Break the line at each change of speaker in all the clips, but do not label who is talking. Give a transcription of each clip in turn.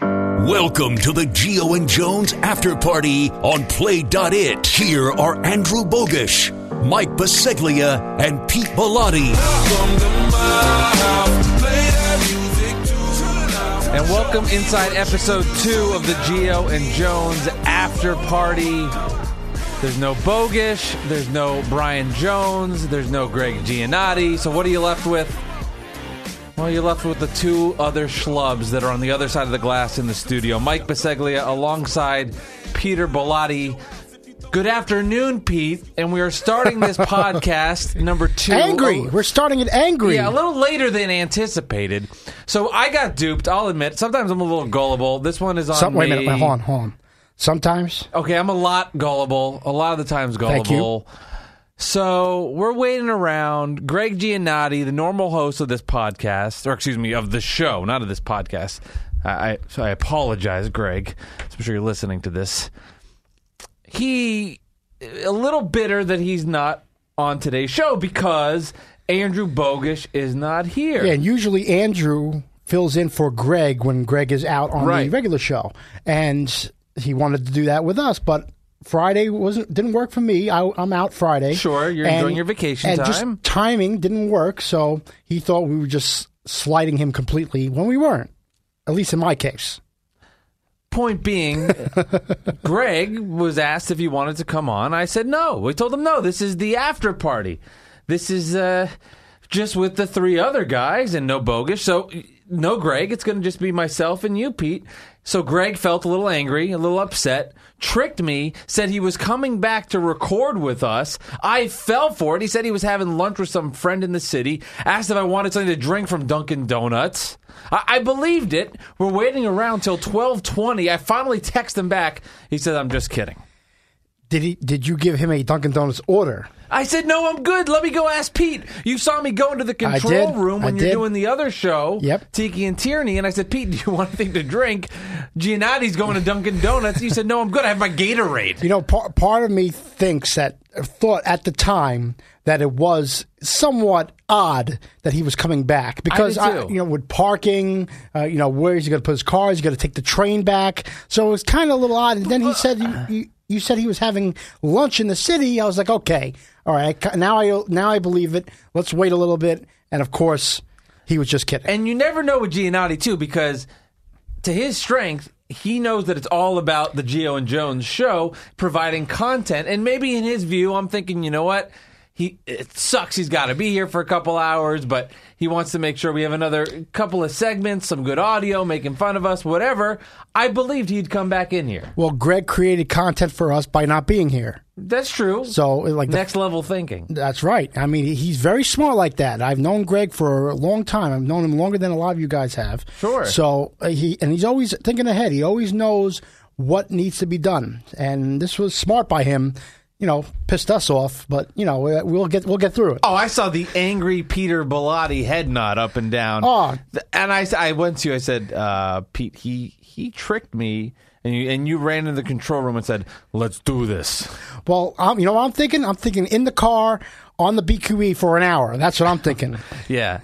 Welcome to the Geo and Jones After Party on Play.it. Here are Andrew Bogish, Mike Baseglia, and Pete Bellotti.
And welcome inside episode two of the Geo and Jones After Party. There's no Bogish, there's no Brian Jones, there's no Greg Giannotti. So what are you left with? Well, you're left with the two other schlubs that are on the other side of the glass in the studio. Mike Biseglia alongside Peter Bellotti. Good afternoon, Pete. And we are starting this podcast number two.
angry. We're starting it angry.
Yeah, a little later than anticipated. So I got duped. I'll admit. Sometimes I'm a little gullible. This one is on
Some, wait a
me.
minute. Wait, hold on, hold on. Sometimes
Okay, I'm a lot gullible. A lot of the times gullible.
Thank you.
So we're waiting around. Greg Giannotti, the normal host of this podcast, or excuse me, of the show, not of this podcast. I I, so I apologize, Greg. I'm sure you're listening to this. He a little bitter that he's not on today's show because Andrew Bogish is not here.
Yeah, and usually Andrew fills in for Greg when Greg is out on the
Right.
regular show, and he wanted to do that with us, but Friday wasn't didn't work for me. I, I'm out Friday.
Sure, you're enjoying your vacation
and
time.
Just timing didn't work, so he thought we were just sliding him completely when we weren't. At least in my case.
Point being, Greg was asked if he wanted to come on. I said no. We told him no. This is the after party. This is uh, just with the three other guys and no bogus. So no Greg. It's going to just be myself and you, Pete. So Greg felt a little angry, a little upset, tricked me, said he was coming back to record with us. I fell for it. He said he was having lunch with some friend in the city, asked if I wanted something to drink from Dunkin' Donuts. I, I believed it. We're waiting around till 1220. I finally text him back. He said, I'm just kidding.
Did he? Did you give him a Dunkin' Donuts order?
I said, no, I'm good. Let me go ask Pete. You saw me go into the
I
control
did.
room when
I
you're
did.
doing the other show,
Yep.
Tiki and Tierney, and I said, Pete, do you want anything to drink? Giannotti's going to Dunkin' Donuts. You said, no, I'm good. I have my Gatorade.
You know, part part of me thinks that uh, thought at the time that it was somewhat odd that he was coming back because
did too.
you know with parking, uh, you know where is he going to put his car? Is he going to take the train back? So it was kind of a little odd. And then he said you, you, you said he was having lunch in the city. I was like, okay, all right, I ca- now I now I believe it. Let's wait a little bit. And of course, he was just kidding.
And you never know with Giannotti, too, because to his strength, he knows that it's all about the Geo and Jones show providing content. And maybe in his view, I'm thinking, you know what? He it sucks. He's got to be here for a couple hours, but he wants to make sure we have another couple of segments, some good audio, making fun of us, whatever. I believed he'd come back in here.
well, Greg created content for us by not being here.
That's true.
So like the
next level thinking.
That's right. I mean, he's very smart like that. I've known Greg for a long time. I've known him longer than a lot of you guys have.
Sure.
So uh, he and he's always thinking ahead. He always knows what needs to be done, and this was smart by him. You know, pissed us off, but you know uh, we'll get we'll get through it.
Oh, I saw the angry Peter Bellotti head nod up and down.
Oh.
Th- and I, s- I went to you. I said, uh, Pete, he he tricked me, and you and you ran into the control room and said, "Let's do this."
Well, um, you know what I'm thinking? I'm thinking in the car on the BQE for an hour. That's what I'm thinking.
Yeah.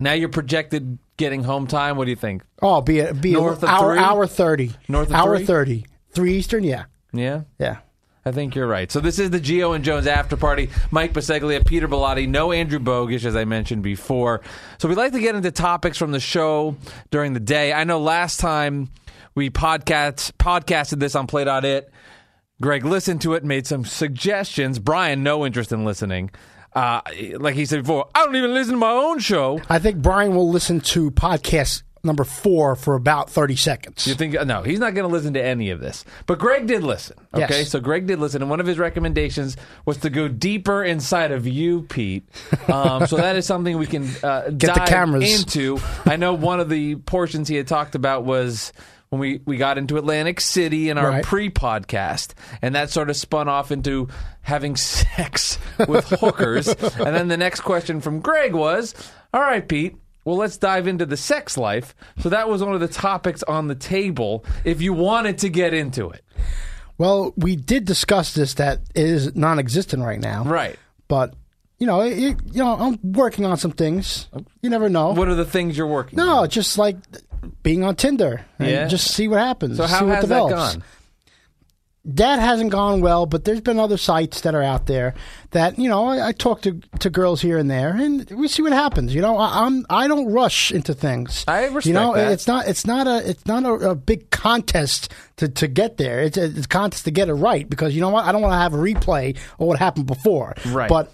Now you're projected getting home time. What do you think?
oh, be a, be
North
a,
of
hour
three?
hour thirty
North of
hour
three?
thirty three Eastern. Yeah,
Yeah.
yeah.
I think you're right. So this is the Geo and Jones after party. Mike Baseglia, Peter Bellotti, no Andrew Bogish, as I mentioned before. So we'd like to get into topics from the show during the day. I know last time we podcast podcasted this on Play.it, Greg listened to it, made some suggestions. Brian, no interest in listening. Uh, like he said before, I don't even listen to my own show.
I think Brian will listen to podcast number four for about 30 seconds.
You think no, he's not going to listen to any of this. But Greg did listen.
Yes.
Okay, so Greg did listen, and one of his recommendations was to go deeper inside of you, Pete. Um, so that is something we can uh,
the
dive
cameras.
into. I know one of the portions he had talked about was. When we, we got into Atlantic City in our
Right.
pre podcast, and that sort of spun off into having sex with hookers. and then the next question from Greg was All right, Pete, well, let's dive into the sex life. So that was one of the topics on the table if you wanted to get into it.
Well, we did discuss this that it is non existent right now.
Right.
But, you know, it, you know, I'm working on some things. You never know.
What are the things you're working on?
no, just like being on Tinder and
Yeah.
just see what happens.
So
see
how
what
has that
develops.
gone?
That hasn't gone well, but there's been other sites that are out there that you know I, I talk to to girls here and there, and we see what happens. You know, I, I'm I don't rush into things.
I
You
respect
know,
that.
it's not it's not a it's not a, a big contest to, to get there. It's a, it's a contest to get it right because you know what I don't want to have a replay of what happened before.
Right.
but.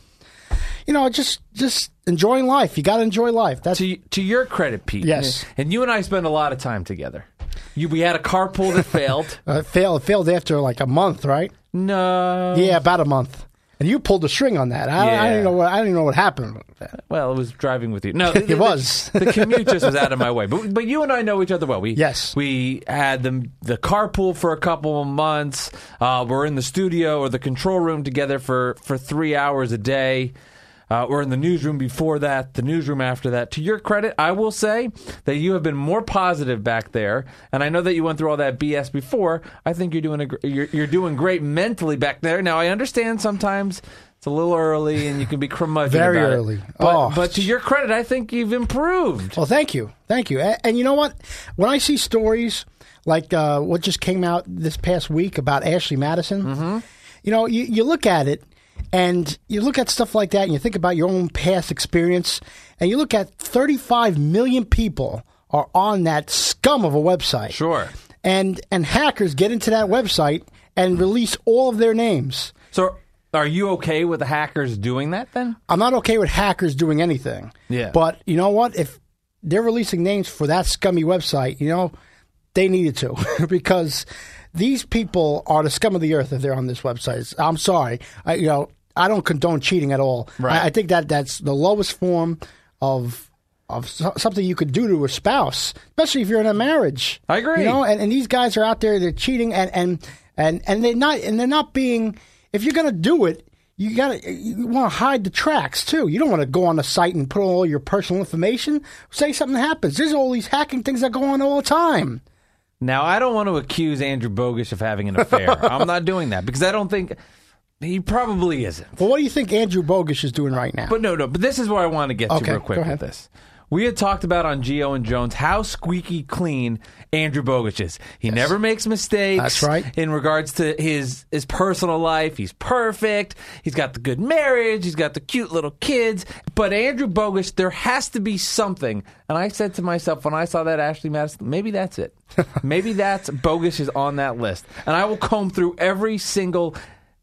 You know, just just enjoying life. You got to enjoy life. That's
To to your credit, Pete.
Yes.
And you and I spend a lot of time together. You, we had a carpool that failed.
Uh, it failed. It failed after like a month, right?
No.
Yeah, about a month. And you pulled the string on that. I, I
Oh. Yeah.
don't know what I don't even know what happened.
Well, it was driving with you. No,
It was.
the commute just was out of my way. But but you and I know each other well. We
Yes.
we had the the carpool for a couple of months. Uh, we're in the studio or the control room together for for three hours a day. Uh, we're in the newsroom before that, the newsroom after that. To your credit, I will say that you have been more positive back there, and I know that you went through all that BS before. I think you're doing a, gr- you're, you're doing great mentally back there. Now I understand sometimes it's a little early, and you can be curmudgeon
Very
about it.
early.
But,
Oh.
but to your credit, I think you've improved.
Well, thank you, thank you. And, and you know what? When I see stories like uh, what just came out this past week about Ashley Madison, you know, you, you look at it and you look at stuff like that, and you think about your own past experience, and you look at 35 million people are on that scum of a website.
Sure.
And and hackers get into that website and release all of their names.
So, are you okay with the hackers doing that then?
I'm not okay with hackers doing anything.
Yeah.
But you know what? If they're releasing names for that scummy website, you know, they needed to because these people are the scum of the earth if they're on this website. I'm sorry. I, you know, I don't condone cheating at all.
Right.
I, I think that that's the lowest form of of so- something you could do to a spouse, especially if you're in a marriage.
I agree.
You know, and, and these guys are out there they're cheating and and and and they're not and they're not being if you're going to do it you got to you want to hide the tracks too you don't want to go on the site and put all your personal information say something happens there's all these hacking things that go on all the time
Now, I don't want to accuse Andrew Bogus of having an affair. I'm not doing that because I don't think he probably isn't.
well what do you think andrew bogus is doing right now
But no, no. But this is where I want to get
Okay,
to real quick
go
with
ahead.
this. We had talked about on Geo and Jones how squeaky clean Andrew Bogus is. He never makes mistakes.
That's right.
In regards to his his personal life, he's perfect. He's got the good marriage. He's got the cute little kids. But Andrew Bogus, there has to be something. And I said to myself when I saw that Ashley Madison, maybe that's it. maybe that's Bogus is on that list. And I will comb through every single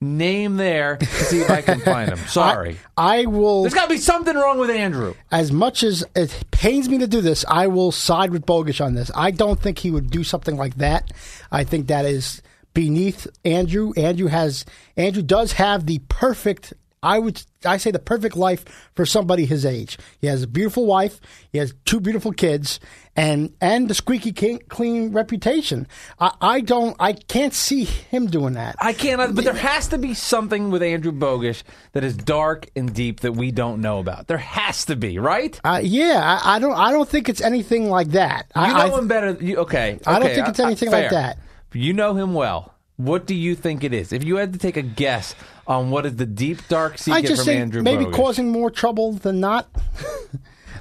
name there to see if I can find him. Sorry.
I, I will
There's got to be something wrong with Andrew.
as much as it pains me to do this, I will side with Bogus on this. I don't think he would do something like that. I think that is beneath Andrew. Andrew has Andrew does have the perfect I would I say the perfect life for somebody his age. He has a beautiful wife, he has two beautiful kids, and and the squeaky clean, clean reputation. I, I don't I can't see him doing that.
I can't, but there has to be something with Andrew Bogish that is dark and deep that we don't know about. There has to be, right?
Uh, yeah, I, I don't I don't think it's anything like that.
You
I,
know
I,
him better. You, okay,
I don't
okay,
think it's anything
fair.
like that.
You know him well. What do you think it is? If you had to take a guess on what is the deep, dark secret
I just
from
think
Andrew
maybe
Bogish?
causing more trouble than not.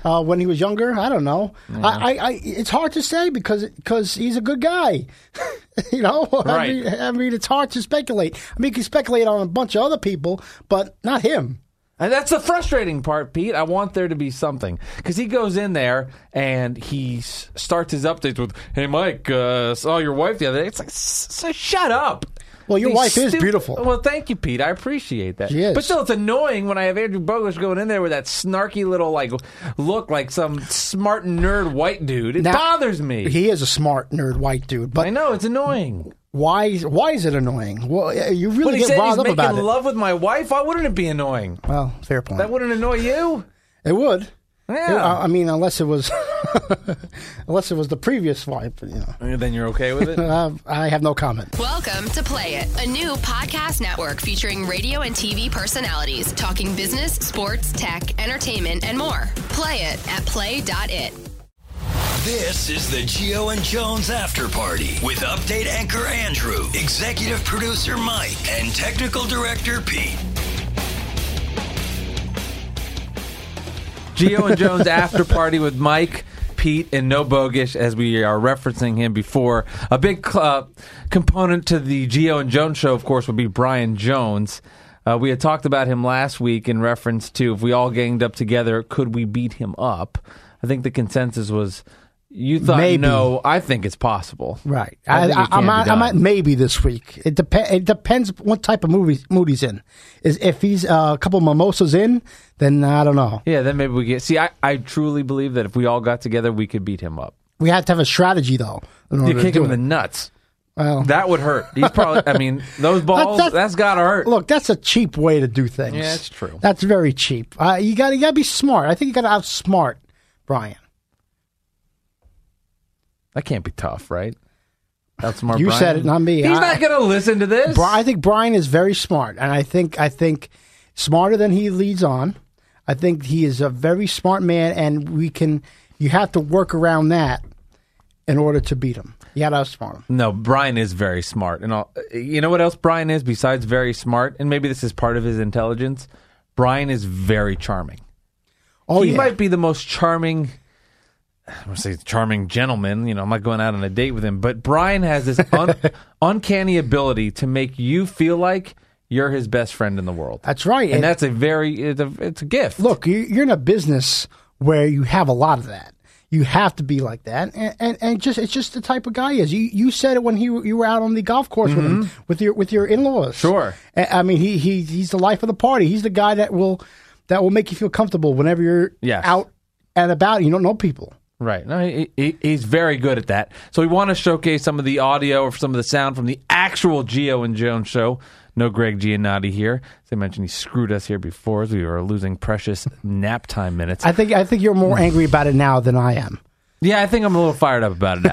Uh, when he was younger, I don't know. I, I, I, it's hard to say because because he's a good guy, you know. I,
Right.
mean, I mean, it's hard to speculate. I mean, you can speculate on a bunch of other people, but not him.
And that's the frustrating part, Pete. I want there to be something because he goes in there and he s- starts his updates with, "Hey, Mike, uh, saw your wife the other day." It's like, "S- so shut up.
Well, your wife is beautiful.
Well, thank you, Pete. I appreciate that.
She is.
But still, it's annoying when I have Andrew Bogus going in there with that snarky little like look, like some smart nerd white dude. It
Now-
bothers me.
He is a smart nerd white dude, but
I know it's annoying.
why is why is it annoying? Well, uh, you really
When he
get
said he's
riled up
making
about it.
love with my wife, why wouldn't it be annoying?
well, fair point.
That wouldn't annoy you.
it would.
Yeah.
I, I mean, unless it was unless it was the previous wife. You know,
then you're okay with it.
uh, I have no comment.
Welcome to Play It, a new podcast network featuring radio and TV personalities talking business, sports, tech, entertainment, and more. Play it at play.it.
This is the Geo and Jones After Party with update anchor Andrew, executive producer Mike, and technical director Pete.
Geo and Jones after party with Mike, Pete and no Bogish, as we are referencing him before. A big uh, component to the Geo and Jones show, of course, would be Brian Jones. Uh, we had talked about him last week in reference to if we all ganged up together, could we beat him up? I think the consensus was you thought
Maybe.
no. I think it's possible.
Right.
I
I,
think it
I,
can
I'm,
be
at, I'm
done.
at maybe this week. It, dep- it depends what type of movie mood he's in. Is if he's uh, a couple mimosas in, then I don't know.
Yeah, then maybe we get. See, I, I truly believe that if we all got together, we could beat him up.
We have to have a strategy though. in order
You
to
kick
do
him in
it.
the nuts.
Well-
that would hurt. He's probably. I mean, those balls.
that's-
that's gotta hurt.
Look, that's a cheap way to do things.
Yeah, it's true.
That's very cheap. Uh, you got you got to be smart. I think you got to outsmart Brian.
That can't be tough, right? That's smart.
You
Brian.
said it, not me.
He's
I-
not gonna listen to this.
Bri- I think Brian is very smart, and I think I think smarter than he leads on. I think he is a very smart man, and we can. You have to work around that in order to beat him. You got to outsmart him.
No, Brian is very smart, and I'll, you know what else Brian is besides very smart, and maybe this is part of his intelligence. Brian is very charming.
Oh,
he
yeah.
might be the most charming. I'm gonna say charming gentleman. You know, I'm not going out on a date with him, but Brian has this un- uncanny ability to make you feel like you're his best friend in the world.
That's right.
and
And-
that's a very it's a, it's a gift.
look, you- you're in a business where you have a lot of that. You have to be like that, and, and, and just it's just the type of guy he is. You you said it when he you were out on the golf course with him with your with your in laws.
Mm-hmm. Sure.
I I mean he he he's the life of the party. He's the guy that will that will make you feel comfortable whenever you're
Yes.
out and about. and You don't know people.
Right. No, he, he, he's very good at that. So we want to showcase some of the audio or some of the sound from the actual Geo and Jones show. No Greg Giannotti here. As I mentioned, he screwed us here before as we were losing precious nap time minutes.
I think I think you're
Mm.
more angry about it now than I am.
Yeah, I think I'm a little fired up about it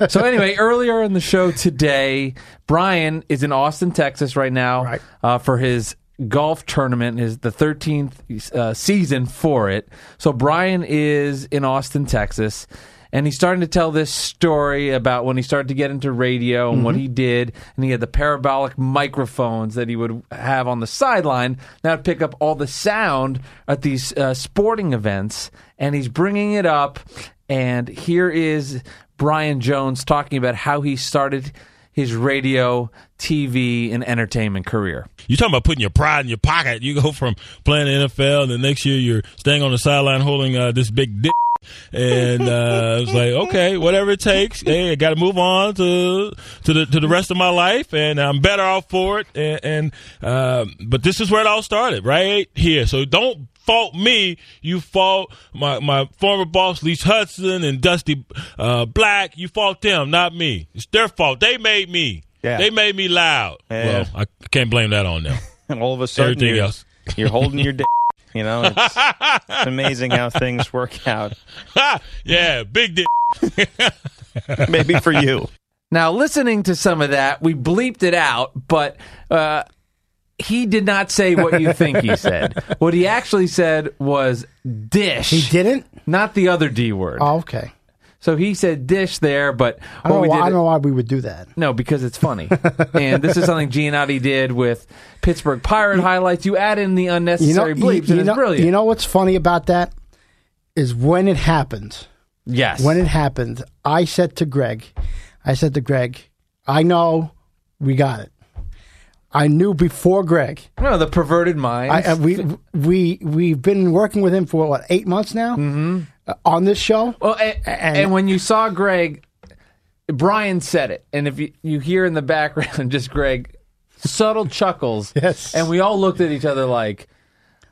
now. so anyway, earlier in the show today, Brian is in Austin, Texas, right now
Right.
Uh, for his golf tournament, his the 13th uh, season for it. So Brian is in Austin, Texas, and he's starting to tell this story about when he started to get into radio and what he did, and he had the parabolic microphones that he would have on the sideline that would pick up all the sound at these uh, sporting events, and he's bringing it up. And here is Brian Jones talking about how he started his radio, TV, and entertainment career.
you talking about putting your pride in your pocket. You go from playing the NFL, and the next year you're staying on the sideline holding uh, this big dick. And uh, it's like, okay, whatever it takes. Hey, I got to move on to to the to the rest of my life, and I'm better off for it. And, and um but this is where it all started, right here. So don't fault me. You fault my my former boss, Lee Hudson and Dusty uh, Black. You fault them, not me. It's their fault. They made me. They made me loud.
Yeah.
Well, I can't blame that on them.
and all of a sudden
Everything
you're,
else.
you're holding your dick. You know, it's amazing how things work out.
yeah, big dick.
Maybe for you.
Now, listening to some of that, we bleeped it out, but uh, he did not say what you think he said. What he actually said was dish.
He didn't.
Not the other D word.
Oh, okay.
So he said dish there, but
I don't,
what we
know, why-
did.
I don't know why we would do that.
No, because it's funny. and this is something Giannotti did with Pittsburgh Pirate highlights. You add in the unnecessary bleeps, and it's
know,
brilliant.
you know what's funny about that is when it happened.
yes.
when it happened, I said to Greg, I said to Greg, I know we got it. I knew before Greg.
no, the perverted mind.
I, uh, we we we've been working with him for what eight months now
Mm-hmm.
Uh, on this show.
Well, and, Oh, and,
And-
when you saw Greg, Brian said it, and if you, you hear in the background just Greg subtle chuckles,
Yes.
and we all looked at each other like,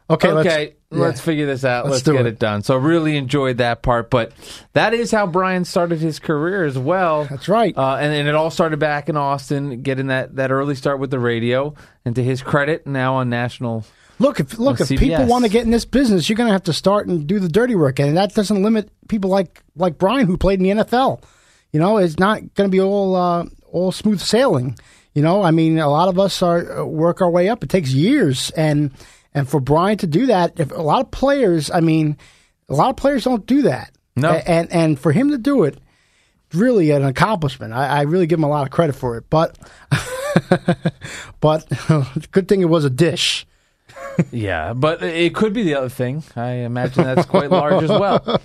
Okay,
okay,
let's-
let's,
yeah.
figure this out, let's,
Let's do
get
it.
it. done. So really enjoyed that part, but that is how Brian started his career as well.
That's right.
uh, and and it all started back in Austin, getting that that early start with the radio, and to his credit, now on national.
Look, if look,
On
if people
CBS.
want to get in this business, you're going to have to start and do the dirty work, and that doesn't limit people like like Brian who played in the NFL. You know, it's not going to be all uh, all smooth sailing. You know, I mean, a lot of us are uh, work our way up. It takes years, and and for Brian to do that, if a lot of players, I mean, a lot of players don't do that.
No.
A- and and for him to do it, really an accomplishment. I, I really give him a lot of credit for it. But but good thing it was a dish.
Yeah, but it could be the other thing. I imagine that's quite large as well.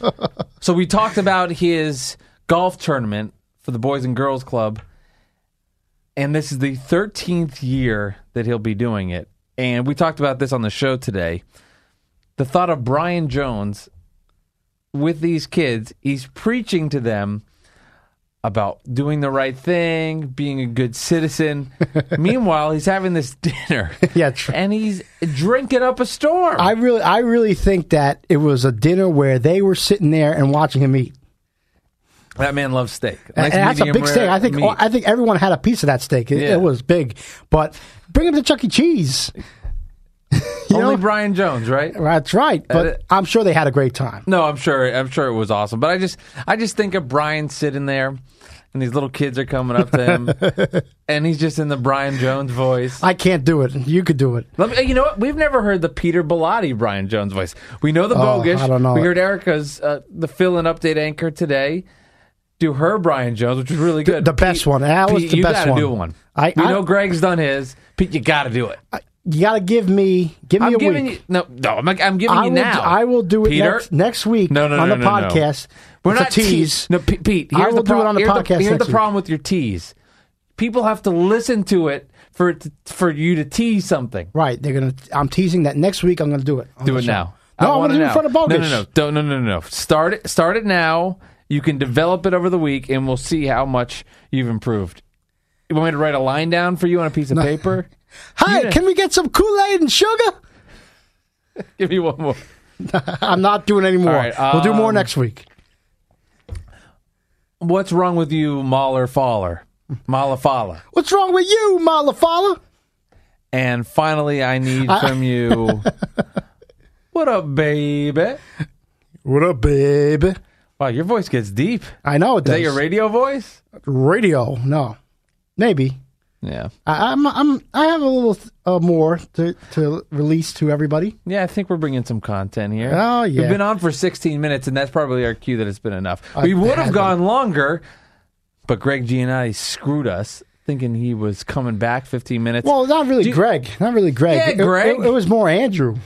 So we talked about his golf tournament for the Boys and Girls Club, and this is the 13th year that he'll be doing it. And we talked about this on the show today. The thought of Brian Jones with these kids, he's preaching to them about doing the right thing, being a good citizen. Meanwhile, he's having this dinner.
Yeah, true.
And he's drinking up a storm.
I really, I really think that it was a dinner where they were sitting there and watching him eat.
that man loves steak.
And-
Nice
and that's a
medium
big steak.
rare
I think
meat.
I think everyone had a piece of that steak. It,
Yeah.
it was big. But bring him to Chuck E. Cheese. you
only
know?
Brian Jones, right?
That's right. But
Uh,
I'm sure they had a great time.
No, I'm sure. I'm sure it was awesome. But I just, I just think of Brian sitting there, and these little kids are coming up to him, and he's just in the Brian Jones voice.
I can't do it. You could do it.
Let me, you know what? We've never heard the Peter Bellotti Brian Jones voice. We know the bogus.
Oh, I don't know
We
it.
heard Erica's uh, the fill-in update anchor today. Do her Brian Jones, which was really good.
the best one. That was
Pete,
the
you
best
gotta
one.
do one.
I-
we
I-
know Greg's done his. Pete, you got to do it.
You got to give me give me
I'm
a
giving
week.
you no, no. I'm, I'm giving
I
you
will,
now.
I will do it
Peter.
next, next week
No, no, no,
on
no,
the
no, no.
podcast.
We're
It's a
not teas-
tease.
No, P- Pete.
I
Here's
will
the
do it on the
here's
podcast
here's
next
the
week.
problem with your tease. People have to listen to it for it to, for you to tease something.
Right. They're gonna. I'm teasing that next week. I'm gonna do it. on
Do
the
it
show.
now.
No,
I
I'm
want it
gonna do it
now.
in front of
No,
bogus.
no, no, Don't- no, no, no, no. Start it. Start it now. You can develop it over the week, and we'll see how much you've improved. You want me to write a line down for you on a piece of paper?
Hi,
Yeah.
can we get some Kool Aid and sugar?
Give me one more.
I'm not doing any more.
All right,
we'll do more
um,
next week.
What's wrong with you, Mahler Faller? Mahler Faller.
What's wrong with you, Malafala?
And finally, I need from you. what up, baby?
What up, babe?
Wow, your voice gets deep. Is
I know it does.
that your radio voice?
radio? No, maybe.
Yeah.
I, I'm. I'm. I have a little uh, more to to release to everybody.
Yeah, I think we're bringing some content here.
Oh, yeah.
We've been on for 16 minutes, and that's probably our cue that it's been enough. we would have gone longer, but Greg Giannotti screwed us thinking he was coming back 15 minutes.
Well, not really, Greg. Not really, Greg.
Yeah,
It-
Greg.
It, it was more Andrew.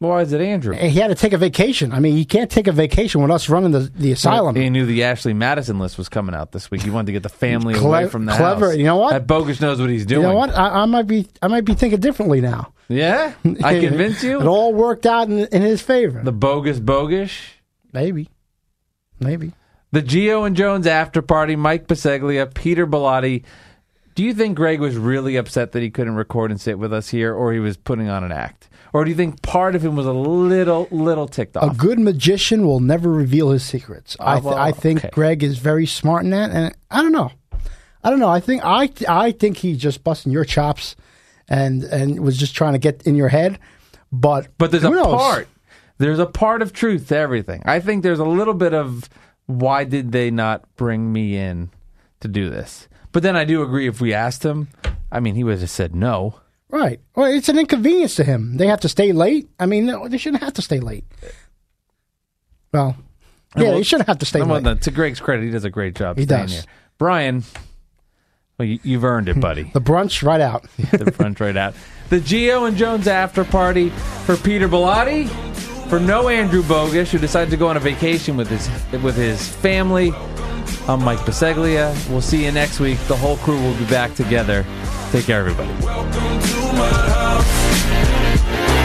Why is it Andrew?
And He had to take a vacation. I mean, he can't take a vacation with us running the the asylum.
He knew the Ashley Madison list was coming out this week. He wanted to get the family
Cle-
away from the
clever.
house.
You know what?
That bogus knows what he's doing.
you know what? I, I might be. I might be thinking differently now.
Yeah? I convince you?
It all worked out in, in his favor.
the bogus bogus.
maybe. Maybe.
The Geo and Jones after party, Mike Biseglia, Peter Bellotti. Do you think Greg was really upset that he couldn't record and sit with us here, or he was putting on an act? Or do you think part of him was a little, little ticked
A
off?
good magician will never reveal his secrets. I, th-
well,
I think
okay.
Greg is very smart in that, and I don't know. I don't know. I think I I think he's just busting your chops, and and was just trying to get in your head. But
But there's a
who knows?
part. There's a part of truth to everything. I think there's a little bit of why did they not bring me in to do this? But then I do agree if we asked him, I mean, he would have said no.
Right. Well, it's an inconvenience to him. They have to stay late. I mean, no, they shouldn't have to stay late. Well, yeah,
well,
they shouldn't have to stay
Well,
late.
no, to Greg's credit, he does a great job.
He
staying
does.
Here. Brian, well, you, you've earned it, buddy.
The brunch right out.
the front right out. The Geo and Jones after party for Peter Bellotti, for no Andrew Bogus, who decided to go on a vacation with his with his family. I'm Mike Biseglia. We'll see you next week. The whole crew will be back together. Take care, everybody.
Welcome to my house.